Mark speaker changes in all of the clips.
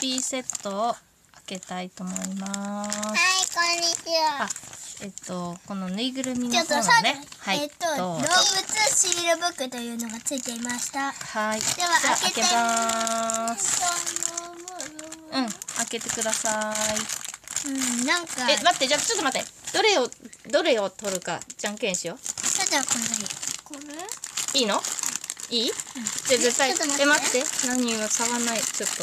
Speaker 1: ピーセットを開けたいと思います。
Speaker 2: こんにちは
Speaker 1: あ。、えっとこのぬいぐるみの
Speaker 2: ちょっ
Speaker 1: 方
Speaker 2: と
Speaker 1: の
Speaker 2: さ、
Speaker 1: ね、はい、
Speaker 2: えっと動
Speaker 1: どう
Speaker 2: 物
Speaker 1: ぞ
Speaker 2: シールブックというのがついていました。
Speaker 1: はい、
Speaker 2: では
Speaker 1: じゃあ
Speaker 2: 開
Speaker 1: 開
Speaker 2: けて
Speaker 1: けます。
Speaker 2: う
Speaker 1: うん、開けてください。
Speaker 2: ん、なんか、
Speaker 1: え、待って、じゃあちょっと待って。どれをどれを取るかじゃんけんしよ
Speaker 2: さてはこれ。これ？
Speaker 1: う。いいの？いい？じゃあ絶対。
Speaker 2: えちょっと待っ
Speaker 1: え、待
Speaker 2: て
Speaker 1: って。何も触らない。ちょっと。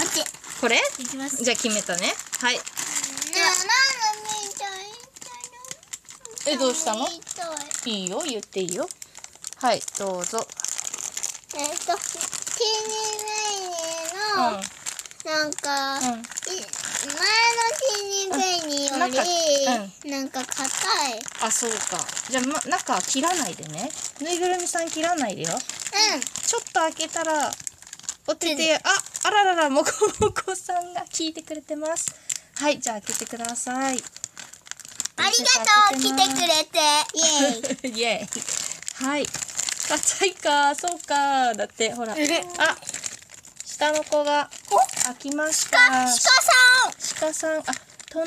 Speaker 2: 待って、
Speaker 1: これ？
Speaker 2: いきます。
Speaker 1: じゃあ決めたね。はい。
Speaker 2: ではなんのみーちゃん
Speaker 1: えどうしたのいいよ、言っていいよ。はい、どうぞ。
Speaker 2: えっと、ティーニ
Speaker 1: う
Speaker 2: ーベイニーの、
Speaker 1: ん、
Speaker 2: なんか、
Speaker 1: うん。
Speaker 2: い前のティーニーベイニーより、なんか硬い。
Speaker 1: あ、そうか。じゃあ、ま、中は切らないでね。ぬいぐるみさん切らないでよ。
Speaker 2: うん。
Speaker 1: ちょっと開けたら、お手で、あ、あららら、もこもこさんが聞いてくれてます。はい、じゃあ開けてください。
Speaker 2: ありがとう、来てくれて。イェイ。
Speaker 1: イエーイ。はい。硬いか、そうか。だって、ほら。あ、下の子が開きました。
Speaker 2: さん。
Speaker 1: 鹿さん、あ、トナカ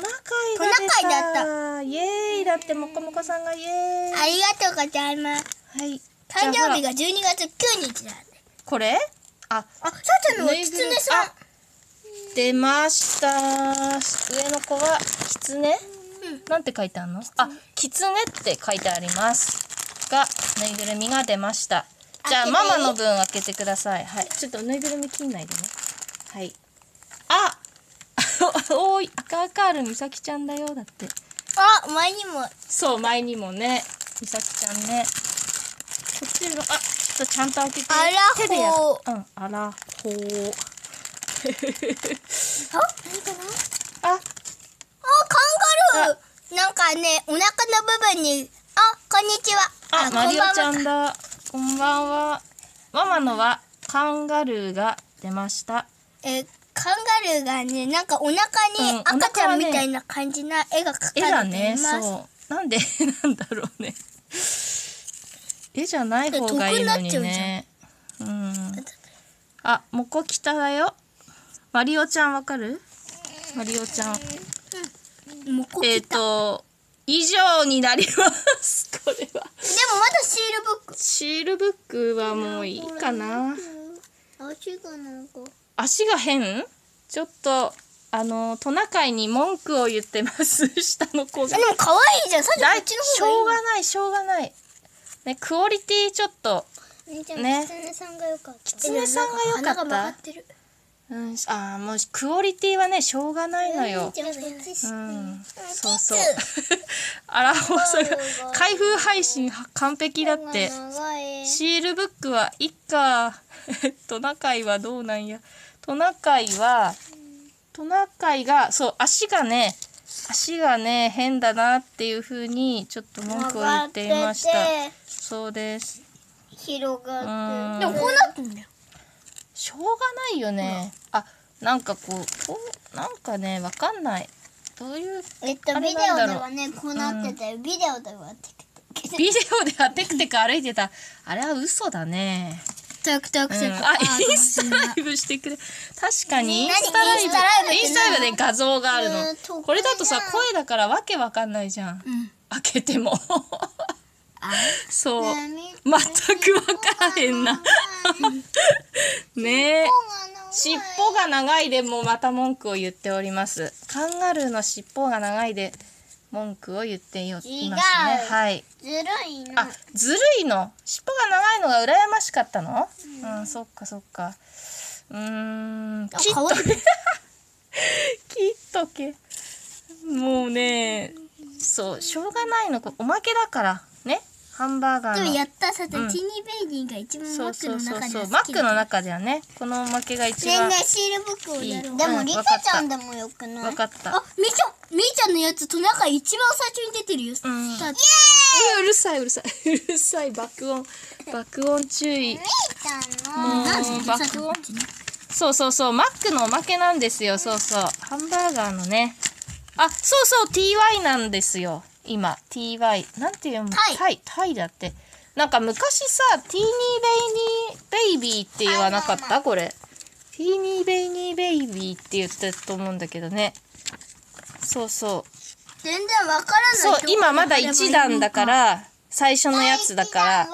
Speaker 1: イが
Speaker 2: トナカイ
Speaker 1: 出
Speaker 2: だ
Speaker 1: た。イエーイ。だって、もこもこさんがイエーイ。
Speaker 2: ありがとうございます。
Speaker 1: はい。
Speaker 2: 誕生日
Speaker 1: じゃあほら
Speaker 2: が12月9日だ。
Speaker 1: これあ、
Speaker 2: あ、さての
Speaker 1: ぬい
Speaker 2: キ
Speaker 1: ぐ
Speaker 2: ツ
Speaker 1: るみ
Speaker 2: ネさん。
Speaker 1: あ出ました。上の子はキツネ、なんて書いてあるのあ、キツネって書いてあります。が、ぬいぐるみが出ました。じゃあ、
Speaker 2: 開けていい
Speaker 1: ママの分開けてください。はい。ちょっとぬいぐるみ切んないでね。はい。あ おい、赤赤あるみさきちゃんだよ。だって。
Speaker 2: あ、前にも。
Speaker 1: そう、前にもね、みさきちゃんね。こっちの、あ、ちょっとちゃんと開けて。
Speaker 2: あらほー
Speaker 1: 手でやる。うん、あらほー。あ、
Speaker 2: あ、何かなあ、カンガルー。なんかね、お腹の部分に、あ、こんにちは。
Speaker 1: あ、マリオちゃ
Speaker 2: こ
Speaker 1: ん
Speaker 2: ばは
Speaker 1: だ。こんばんは。ママのはカンガルーが出ました。
Speaker 2: えーカンガルーがね、なんかお
Speaker 1: う
Speaker 2: 腹
Speaker 1: ん
Speaker 2: に
Speaker 1: お腹はね
Speaker 2: 赤ちゃんみたいな感じな絵が描
Speaker 1: 絵
Speaker 2: か
Speaker 1: だ
Speaker 2: れてい
Speaker 1: ね。
Speaker 2: ます。
Speaker 1: そう。なんでなんだろうね。絵じゃない方がいいのに
Speaker 2: 得になっちゃ
Speaker 1: ね。うん。あ、モコキタだよ。マリオちゃんわかる？マリオちゃん。
Speaker 2: もうこう
Speaker 1: えっ、
Speaker 2: 切った。
Speaker 1: と以上になります。 これは
Speaker 2: でもまだシールブック。
Speaker 1: シールブックはもういいかな。
Speaker 2: 足がなんか。
Speaker 1: 足が変ちょっとあのトナカイに文句を言ってます 下の子
Speaker 2: で
Speaker 1: が
Speaker 2: も可愛いじゃん。さっきこ
Speaker 1: だい
Speaker 2: っち
Speaker 1: し
Speaker 2: の
Speaker 1: ょう
Speaker 2: 方がい
Speaker 1: がないしょうがないねクオリティちょっと
Speaker 2: い。しょ
Speaker 1: が
Speaker 2: う
Speaker 1: ね
Speaker 2: キツネさんが良かった。キ
Speaker 1: ツネさんが良かった
Speaker 2: 鼻が曲がってる。
Speaker 1: うんあーもうクオリティはねしょうがないのよ
Speaker 2: ゃんこっちし
Speaker 1: うんそうそう あらほさんが開封配信は完璧だって
Speaker 2: 長い。
Speaker 1: シールブックはいっかトナカイはどうなんやトナカイはトナカイがそう足がね足がね変だなっていう風にちょっと文句を言っていました
Speaker 2: 曲がってて
Speaker 1: そうです
Speaker 2: 広
Speaker 1: う
Speaker 2: が
Speaker 1: ん
Speaker 2: って。でもこうなってんだよ。
Speaker 1: しょうがないよねあなんかこうこうなんかねわかんないどういう
Speaker 2: えっと
Speaker 1: あ
Speaker 2: ビデ
Speaker 1: れなんだ
Speaker 2: オ
Speaker 1: ろう
Speaker 2: ではねこうなっててビデオではテクテク。
Speaker 1: ビデオではテクテク歩いてたあれは嘘だね、
Speaker 2: トクト
Speaker 1: う
Speaker 2: ク
Speaker 1: ん、
Speaker 2: ト
Speaker 1: あ
Speaker 2: ク。
Speaker 1: インスタライブしてくれ確かにインスタライブ
Speaker 2: インスタライブって
Speaker 1: インスタライブで画像がある
Speaker 2: うん遠くな
Speaker 1: の
Speaker 2: い
Speaker 1: これだとさ声だからわけわかんないじゃん
Speaker 2: うん。
Speaker 1: 開けても
Speaker 2: あ。
Speaker 1: そう
Speaker 2: ね
Speaker 1: 全くわからへんなねえ尻尾が長いでもまた文句を言っておりますカンガルーの尻尾が長いで文句を言っています
Speaker 2: 違
Speaker 1: ね
Speaker 2: う
Speaker 1: はい
Speaker 2: ずるいな
Speaker 1: あ。ずるいの尻尾が長いのが羨ましかったのうん、そっかそっかうーん切っ
Speaker 2: 可愛い。
Speaker 1: 切っとけもうねそうしょうがないのこおまけだからねハンバーガ
Speaker 2: で
Speaker 1: ー
Speaker 2: も
Speaker 1: の
Speaker 2: やったさて、
Speaker 1: うん
Speaker 2: ティニーベイニーが一番マ
Speaker 1: そう
Speaker 2: ック
Speaker 1: そ
Speaker 2: の
Speaker 1: うそう
Speaker 2: 中で
Speaker 1: そ
Speaker 2: は
Speaker 1: うマ
Speaker 2: 好き
Speaker 1: ックの
Speaker 2: だね
Speaker 1: 中ではねこのおまけが一
Speaker 2: え
Speaker 1: 番
Speaker 2: ねえシールブックをやろ
Speaker 1: いういう
Speaker 2: でも
Speaker 1: ん
Speaker 2: リ
Speaker 1: わ
Speaker 2: カ
Speaker 1: かった
Speaker 2: ちゃんでもよくない
Speaker 1: わかった
Speaker 2: あみーちゃんみーちゃんのやつトナカイ一番最初に出てるよ、
Speaker 1: ん
Speaker 2: だって
Speaker 1: うるさいうるさいう るさい爆音爆音注意
Speaker 2: ーちゃん
Speaker 1: もう
Speaker 2: なんで
Speaker 1: 爆音
Speaker 2: さてこっちね
Speaker 1: そうそうそう、マックのおまけなんですよ、そうそう。ハンバーガーのね。あ、そうそう、TY なんですよ、今。TY。なんて読む
Speaker 2: タイ
Speaker 1: タイ。タイだって。なんか昔さ、ティーニーベイニーベイビーって言わなかっ
Speaker 2: あまあ
Speaker 1: たこれ。ティーニーベイニーベイベイビーって言ったと思うんだけどねそうそう
Speaker 2: 全然わから
Speaker 1: そ
Speaker 2: な
Speaker 1: う
Speaker 2: い。
Speaker 1: 今まだ1段だか。ら最初のやつだから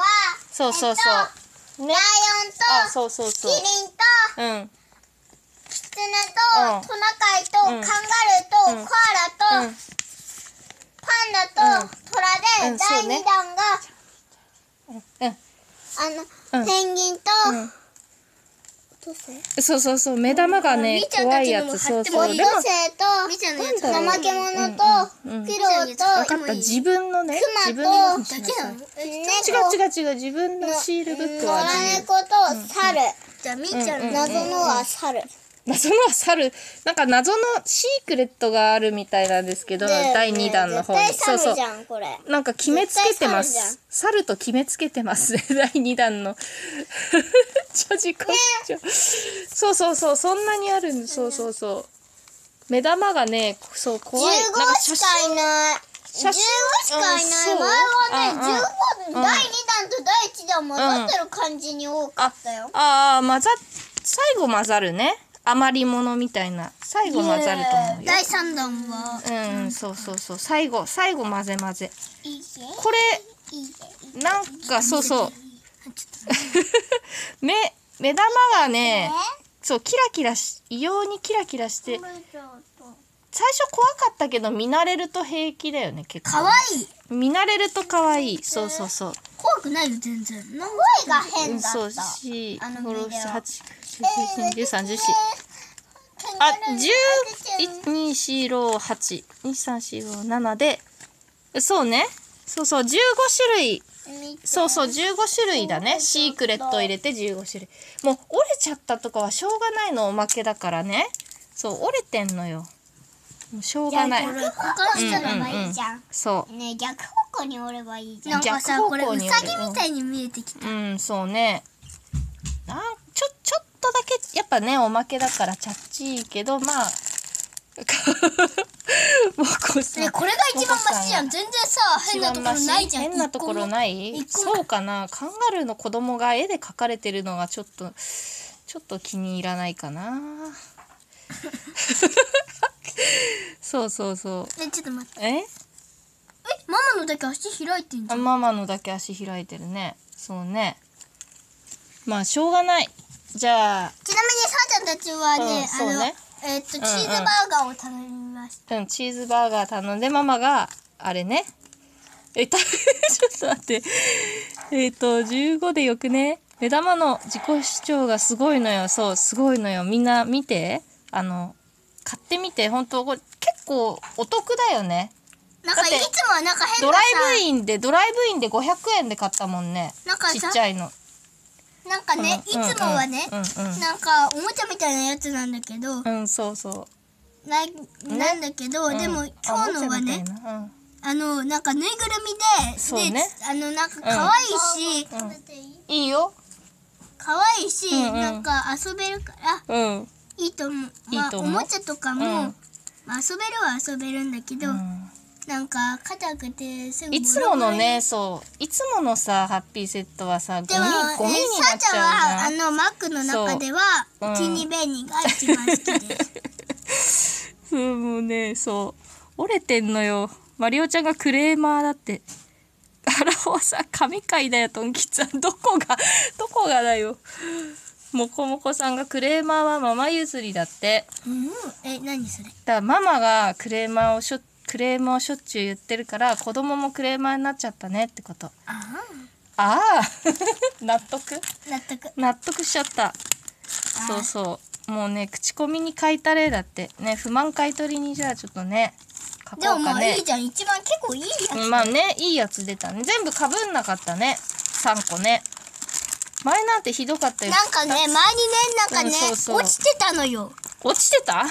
Speaker 1: そうそうそうねあ
Speaker 2: ライオンと、
Speaker 1: そうそうそう
Speaker 2: キリンと、
Speaker 1: うん
Speaker 2: キツネ
Speaker 1: うん
Speaker 2: と、トナカイと、カ
Speaker 1: う
Speaker 2: ン
Speaker 1: ん
Speaker 2: ガル
Speaker 1: うん
Speaker 2: ーと、コア
Speaker 1: う
Speaker 2: ラと
Speaker 1: ん、
Speaker 2: パンダ
Speaker 1: うん
Speaker 2: と、トラ
Speaker 1: う
Speaker 2: で、
Speaker 1: んそう
Speaker 2: 第
Speaker 1: ね
Speaker 2: 2弾が、
Speaker 1: うん
Speaker 2: あ
Speaker 1: う
Speaker 2: の、
Speaker 1: ん
Speaker 2: ペンギンと、
Speaker 1: うん
Speaker 2: どうせ
Speaker 1: そうそうそう目玉がね
Speaker 3: みーちゃん
Speaker 1: 怖
Speaker 3: た
Speaker 1: い
Speaker 3: ちの
Speaker 1: や
Speaker 3: も
Speaker 1: つ
Speaker 3: 貼
Speaker 1: そ
Speaker 3: っ
Speaker 1: う
Speaker 3: て
Speaker 2: も
Speaker 1: そうう
Speaker 2: 色
Speaker 1: でも
Speaker 2: 生と、
Speaker 3: みーちゃんのやつ
Speaker 1: なんだろう
Speaker 2: 怠け
Speaker 3: も
Speaker 2: 者と、
Speaker 1: うんうん
Speaker 2: クロウと、
Speaker 1: 分かった自分のね自分
Speaker 2: ク
Speaker 1: の
Speaker 2: マと、
Speaker 1: 話
Speaker 2: だ
Speaker 1: しな
Speaker 2: け
Speaker 1: さ
Speaker 2: ないの
Speaker 1: 違
Speaker 2: 猫
Speaker 1: う違う違う自分のシールブックは
Speaker 2: 野良
Speaker 1: 自
Speaker 2: 猫と猿、
Speaker 3: じゃあみーちゃんの
Speaker 2: 謎のは猿、
Speaker 1: 由謎のは猿なんか謎のシークレットがあるみたいなんですけど
Speaker 2: だよね
Speaker 1: 第2弾の方に
Speaker 2: 絶
Speaker 1: そう
Speaker 2: 対
Speaker 1: そう
Speaker 2: 猿じゃんこれ
Speaker 1: なんか決めつけてま
Speaker 2: 絶対猿
Speaker 1: す。猿と決めつけてます ね。第2弾の。女児国長。そうそうそう、そんなにあるんそうそうそう。目玉がね、そう、怖い。なんか
Speaker 2: 15
Speaker 1: 写
Speaker 2: し
Speaker 1: 真
Speaker 2: かいない
Speaker 1: 写真
Speaker 2: 15しかいない、
Speaker 1: うんそう
Speaker 2: 前はね、
Speaker 1: うんうん
Speaker 2: 15第2弾と第1弾混ざってる感じに多かったよ、
Speaker 1: ああ、混ざっ、最後混ざるね。余り物みたいな。最後混ざると思うよ。
Speaker 2: 第3弾は
Speaker 1: うんうん、そうそうそう。最後、最後混ぜ混ぜ。
Speaker 2: いいぜ
Speaker 1: これ、
Speaker 2: いいぜ
Speaker 1: なんか、そうそう。目、目玉がね、そう、キラキラし、異様にキラキラして、最初怖かったけど見慣れると平気だよね結構
Speaker 2: かわいい
Speaker 1: 見慣れると可愛いそうそうそう、
Speaker 2: 怖くないよ全然声が
Speaker 1: う
Speaker 2: 変
Speaker 1: ん、
Speaker 2: だった
Speaker 1: そうし
Speaker 2: あのビデオ
Speaker 1: 5678912314あ1 2 4 6 8 2 3 4 5 7でそうねそうそう15種類そうそう15種類だねシークレット入れて15種類もう折れちゃったとかはしょうがないのおまけだからねそう折れてんのよもうしょうがない
Speaker 2: 逆方向に折ればいいじゃん。
Speaker 1: そう
Speaker 2: ねえ逆方向に折ればいいじゃん。
Speaker 1: なんかさ逆方向に折れるこれウサギみた
Speaker 2: いに見えてきた。
Speaker 1: うん、そうね。なんちょ、ちょっとだけ、やっぱね、おまけだからちゃっちいけど、まあ。 もこさん。
Speaker 2: ねえこれが一番マシじゃん。全然さ変なところないじゃん。
Speaker 1: 変なところ
Speaker 2: い。
Speaker 1: ない
Speaker 2: 一個も
Speaker 1: そうかなカンガルーの子供が絵で描かれてるのがちょっ とちょっと気に入らないかなそうそうそう
Speaker 2: ねえちょっと待って。
Speaker 1: え
Speaker 2: えママのだけ足開いてんじ
Speaker 1: あ
Speaker 2: ゃん。
Speaker 1: ママのだけ足開いてるねそうねまあしょうがないじゃあ
Speaker 2: ちなみにさーちゃんたちは
Speaker 1: うん
Speaker 2: ねあ
Speaker 1: そう
Speaker 2: の
Speaker 1: ね
Speaker 2: えっとチー
Speaker 1: ん
Speaker 2: ズ
Speaker 1: うん
Speaker 2: バーガーを頼みました。
Speaker 1: うん、チーズバーガー頼んで、ママが、あれね。え、た、ちょ っと待って。えっ、と、15でよくね。目玉の自己主張がすごいのよ。そう、すごいのよ。みんな見て。あの、買ってみて。本当これ結構お得だよね。
Speaker 2: なんかい
Speaker 1: だ
Speaker 2: つ
Speaker 1: って
Speaker 2: もはなんか変
Speaker 1: ド
Speaker 2: な
Speaker 1: ラ
Speaker 2: さ
Speaker 1: イブインで、ドライブインで500円で買ったもんね。
Speaker 2: なんかさ
Speaker 1: ちっちゃいの。
Speaker 2: なんかねいつ
Speaker 1: うん
Speaker 2: も
Speaker 1: うん
Speaker 2: はね
Speaker 1: うんうん
Speaker 2: なんかおもちゃみたいなやつなんだけど
Speaker 1: うん、そうそ
Speaker 2: ないなんだけど
Speaker 1: う。
Speaker 2: でも
Speaker 1: うん
Speaker 2: 今日のは。
Speaker 1: あおもちゃみ
Speaker 2: ね
Speaker 1: たいなうん
Speaker 2: あのなんかぬいぐるみで
Speaker 1: そうね
Speaker 2: であのなんか可愛いし、
Speaker 1: んいいよ。
Speaker 2: 可愛いし、
Speaker 1: うんうん
Speaker 2: なんか遊べるから
Speaker 1: うん。
Speaker 2: いいと思う。
Speaker 1: いいと思う
Speaker 2: まあ、おもちゃとかも、
Speaker 1: うん
Speaker 2: まあ、遊べるは遊べるんだけど、
Speaker 1: うん
Speaker 2: なんか硬くてすぐ
Speaker 1: いつものね、そう、いつものさ、ハッピーセットはさ、ゴ
Speaker 2: ボ
Speaker 1: ミ
Speaker 2: ロボロ。で、も
Speaker 1: ゴミに
Speaker 2: え
Speaker 1: なっ
Speaker 2: さあ
Speaker 1: ち
Speaker 2: ちゃんは
Speaker 1: ゃ
Speaker 2: あ
Speaker 1: うじゃん。
Speaker 2: のマックの中では
Speaker 1: そううん
Speaker 2: チニベニが一番好き です。
Speaker 1: そう、もうね、そう、折れてんのよ。マリオちゃんがクレーマーだって。あらほさ、神回だよ、トンキちゃん。どこが、どこがだよ。もこもこさんがクレーマーはママ譲りだって。
Speaker 2: うん、え何それ？
Speaker 1: だからママがクレーマーをしょ、クレーマーをしょっちゅう言ってるから、子供もクレーマーになっちゃったねってこと。
Speaker 2: あ
Speaker 1: ああ、 納得
Speaker 2: あ、納得。
Speaker 1: 納得しちゃったそうそうもうね口コミに書いた例だってね不満買い取りにじゃあちょっとね書
Speaker 2: でも
Speaker 1: こう
Speaker 2: ま
Speaker 1: か
Speaker 2: あ
Speaker 1: ね
Speaker 2: いいじゃん。一番結構いいやつ。
Speaker 1: うんまあねいいやつ出たね全部かぶんなかったね3個ね前なんてひどかったよ
Speaker 2: なんかね前にねなん
Speaker 1: う
Speaker 2: かね、
Speaker 1: んそうそう
Speaker 2: 落ちてたのよ。
Speaker 1: 落ちてた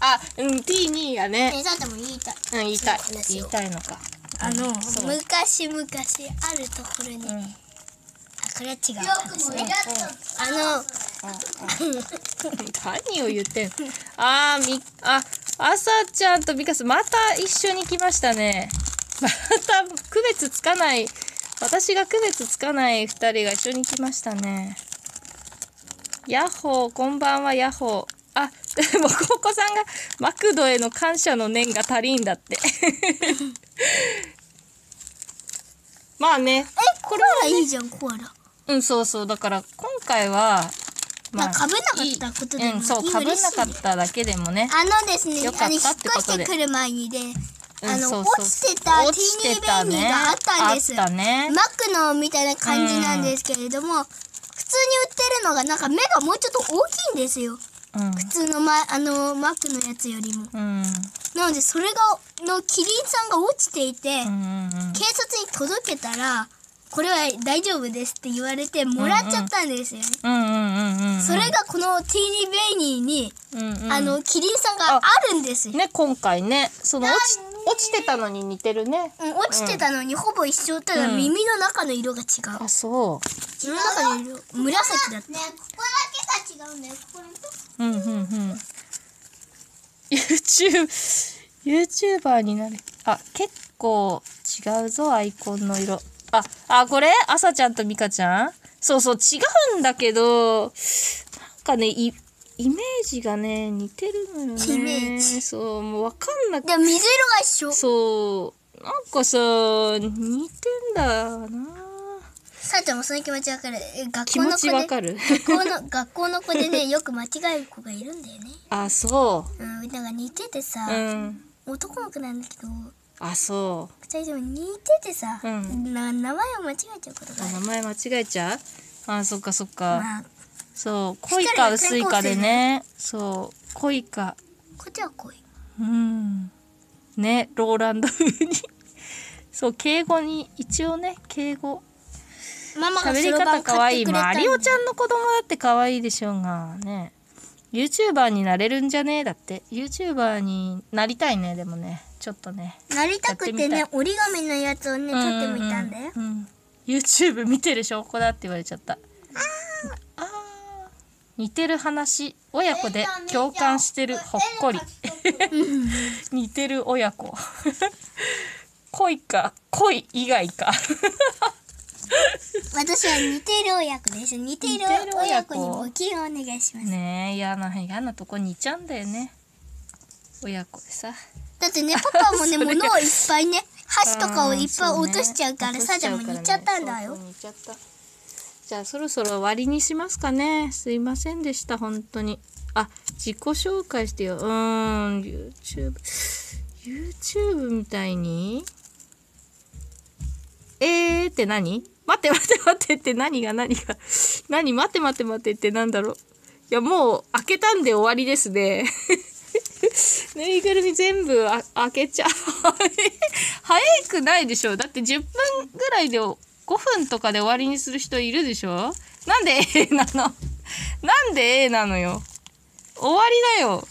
Speaker 1: あ うん T2 がね、
Speaker 2: ねさあちゃんも言いたい。
Speaker 1: うん、言いたい
Speaker 2: そうです
Speaker 1: 言い
Speaker 2: よ
Speaker 1: たいのか
Speaker 2: あの
Speaker 1: そう
Speaker 2: 昔々あるところに、
Speaker 1: う
Speaker 2: あ
Speaker 1: ん
Speaker 2: これは違う話ねあ
Speaker 1: 何を言ってんのあーみああさちゃんとミカスまた一緒に来ましたねまた区別つかない私が区別つかない2人が一緒に来ましたねヤッホーこんばんはヤッホーあ、でも、コウコさんがマクドへの感謝の念が足りんだって。 まあね、
Speaker 2: え、コアラいいじゃん、コアラ。
Speaker 1: うん、そうそう、だから、今回は。
Speaker 2: まあ被んなかったことでも
Speaker 1: いいうん、そう、
Speaker 2: いい
Speaker 1: かぶん
Speaker 2: 嬉しい
Speaker 1: なかっただけでもね。
Speaker 2: あのですね、
Speaker 1: よか
Speaker 2: あ
Speaker 1: っ
Speaker 2: の、引った
Speaker 1: ってこ
Speaker 2: 越
Speaker 1: と
Speaker 2: し
Speaker 1: で
Speaker 2: てくる前にで、あ
Speaker 1: うんそ
Speaker 2: の、
Speaker 1: うそう
Speaker 2: 落ちてたティー
Speaker 1: 落ち
Speaker 2: ニ
Speaker 1: て
Speaker 2: ー
Speaker 1: た
Speaker 2: ベイビ
Speaker 1: ね。
Speaker 2: ーがあったんです。
Speaker 1: あったね。
Speaker 2: マクのみたいな感じなんですけれども、普通に売ってるのがなんか目がもうちょっと大きいんですよ。普通の、ま、あの、マックのやつよりも。
Speaker 1: うん、うん、
Speaker 2: なので、それが、の、キリンさんが落ちていて、
Speaker 1: うん、うん。
Speaker 2: 警察に届けたら、これは大丈夫ですって言われて、もらっちゃったんですよね。
Speaker 1: うんうんうんうん。
Speaker 2: それがこのティーニー・ベイニーに、
Speaker 1: うんうん、
Speaker 2: あの、キリンさんがあるんですよ。
Speaker 1: ね今回ねその落ち
Speaker 2: なんで
Speaker 1: 落ちてたのに似てるね。
Speaker 2: うん、落ちてたのにほぼ一緒、ただ耳の中の色が違う。
Speaker 1: あそう。
Speaker 2: 耳の中の色、紫だった。
Speaker 3: ここだけが違うんだよ。ここに
Speaker 1: うんうんうん。YouTube YouTuber になる。あ結構違うぞアイコンの色。ああこれあさちゃんとみかちゃん。そうそう違うんだけどなんかねいイメージがね似てるのよね。
Speaker 2: イメージ
Speaker 1: そうもうわかんなく
Speaker 2: でも水色が一緒。
Speaker 1: そうなんかさ似てんだよな。
Speaker 2: さあちゃんもその気持ちわかる。え学
Speaker 1: 気
Speaker 2: 校
Speaker 1: 持
Speaker 2: の子
Speaker 1: ちわ
Speaker 2: で、
Speaker 1: かる。
Speaker 2: 学校の、学校の子でね、 よく間違える子がいるんだよね。
Speaker 1: あそ
Speaker 2: うん、なんか似ててさ、
Speaker 1: ううん
Speaker 2: 男の子なんだけど、
Speaker 1: あそ
Speaker 2: 二人とも似ててさ、
Speaker 1: うん
Speaker 2: な名前を間違えちゃうこと
Speaker 1: う
Speaker 2: があ
Speaker 1: あ
Speaker 2: る。
Speaker 1: 名前間違えちゃうあそっかそっか
Speaker 2: まあ、
Speaker 1: そう濃いか薄いかでねそう濃いか
Speaker 2: こっちは濃い。
Speaker 1: うんねローランド風に そう敬語に一応ね敬語
Speaker 2: ママが
Speaker 1: 喋
Speaker 2: そ
Speaker 1: り
Speaker 2: ろば
Speaker 1: 方
Speaker 2: ん
Speaker 1: 可
Speaker 2: 買っ
Speaker 1: 愛
Speaker 2: て
Speaker 1: い
Speaker 2: くれた
Speaker 1: マ
Speaker 2: んだ
Speaker 1: リ
Speaker 2: よ
Speaker 1: オちゃんの子供だって可愛いでしょうがね YouTuber になれるんじゃねえだって YouTuber になりたいねでもねちょっとね
Speaker 2: なりたくてね
Speaker 1: やっ
Speaker 2: 折り紙のやつをね撮ってみたんだよ
Speaker 1: うううん YouTube 見てる証拠だって言われちゃったああー似てる話親子で共感してるほっこり 似てる親子恋か恋以外か
Speaker 2: 私は似てる親子です似てる親子に募金をお願いします
Speaker 1: ねえ嫌な嫌なとこにいちゃうんだよね親子でさ
Speaker 2: だってねパパもね
Speaker 1: それ
Speaker 2: 物をいっぱいね箸とかをいっぱい落としちゃうからさじゃんも似ちゃったんだよ
Speaker 1: 似ちゃったじゃあそろそろ終わりにしますかねすいませんでした本当にあ自己紹介してようーん YouTube YouTube みたいにえーって何待って待って待ってって何が何が何待って待って待ってってなんだろういやもう開けたんで終わりですねぬいぐるみ全部あ開けちゃう早くないでしょだって10分ぐらいで5分とかで終わりにする人いるでしょなんで A なの なんで A なのよ終わりだよ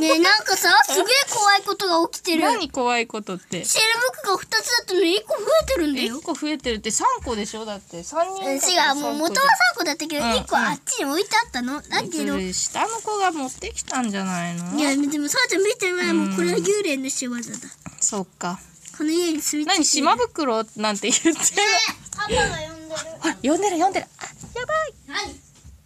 Speaker 2: ねえなんかさすげえ怖いことが起きてる
Speaker 1: 何怖いことって
Speaker 2: シェルブックが2つだったのに1個増えてるんだよ
Speaker 1: 1個増えてるって3個でしょだって3人
Speaker 2: うん違
Speaker 1: だから
Speaker 2: うもう
Speaker 1: 三個じ
Speaker 2: 元
Speaker 1: ゃ
Speaker 2: は
Speaker 1: ん
Speaker 2: 3個だったけど
Speaker 1: うん
Speaker 2: 1個あっちに置いてあったのだけど
Speaker 1: それ下の子が持ってきたんじゃないの
Speaker 2: いやでもさあちゃん見てないもんこれは幽霊の仕業だ
Speaker 1: そっか
Speaker 2: この家に住み着いて
Speaker 1: 何島袋なんて言ってる
Speaker 3: パパが呼んでる。
Speaker 1: あ呼んでる呼んでるあやばい
Speaker 3: 何？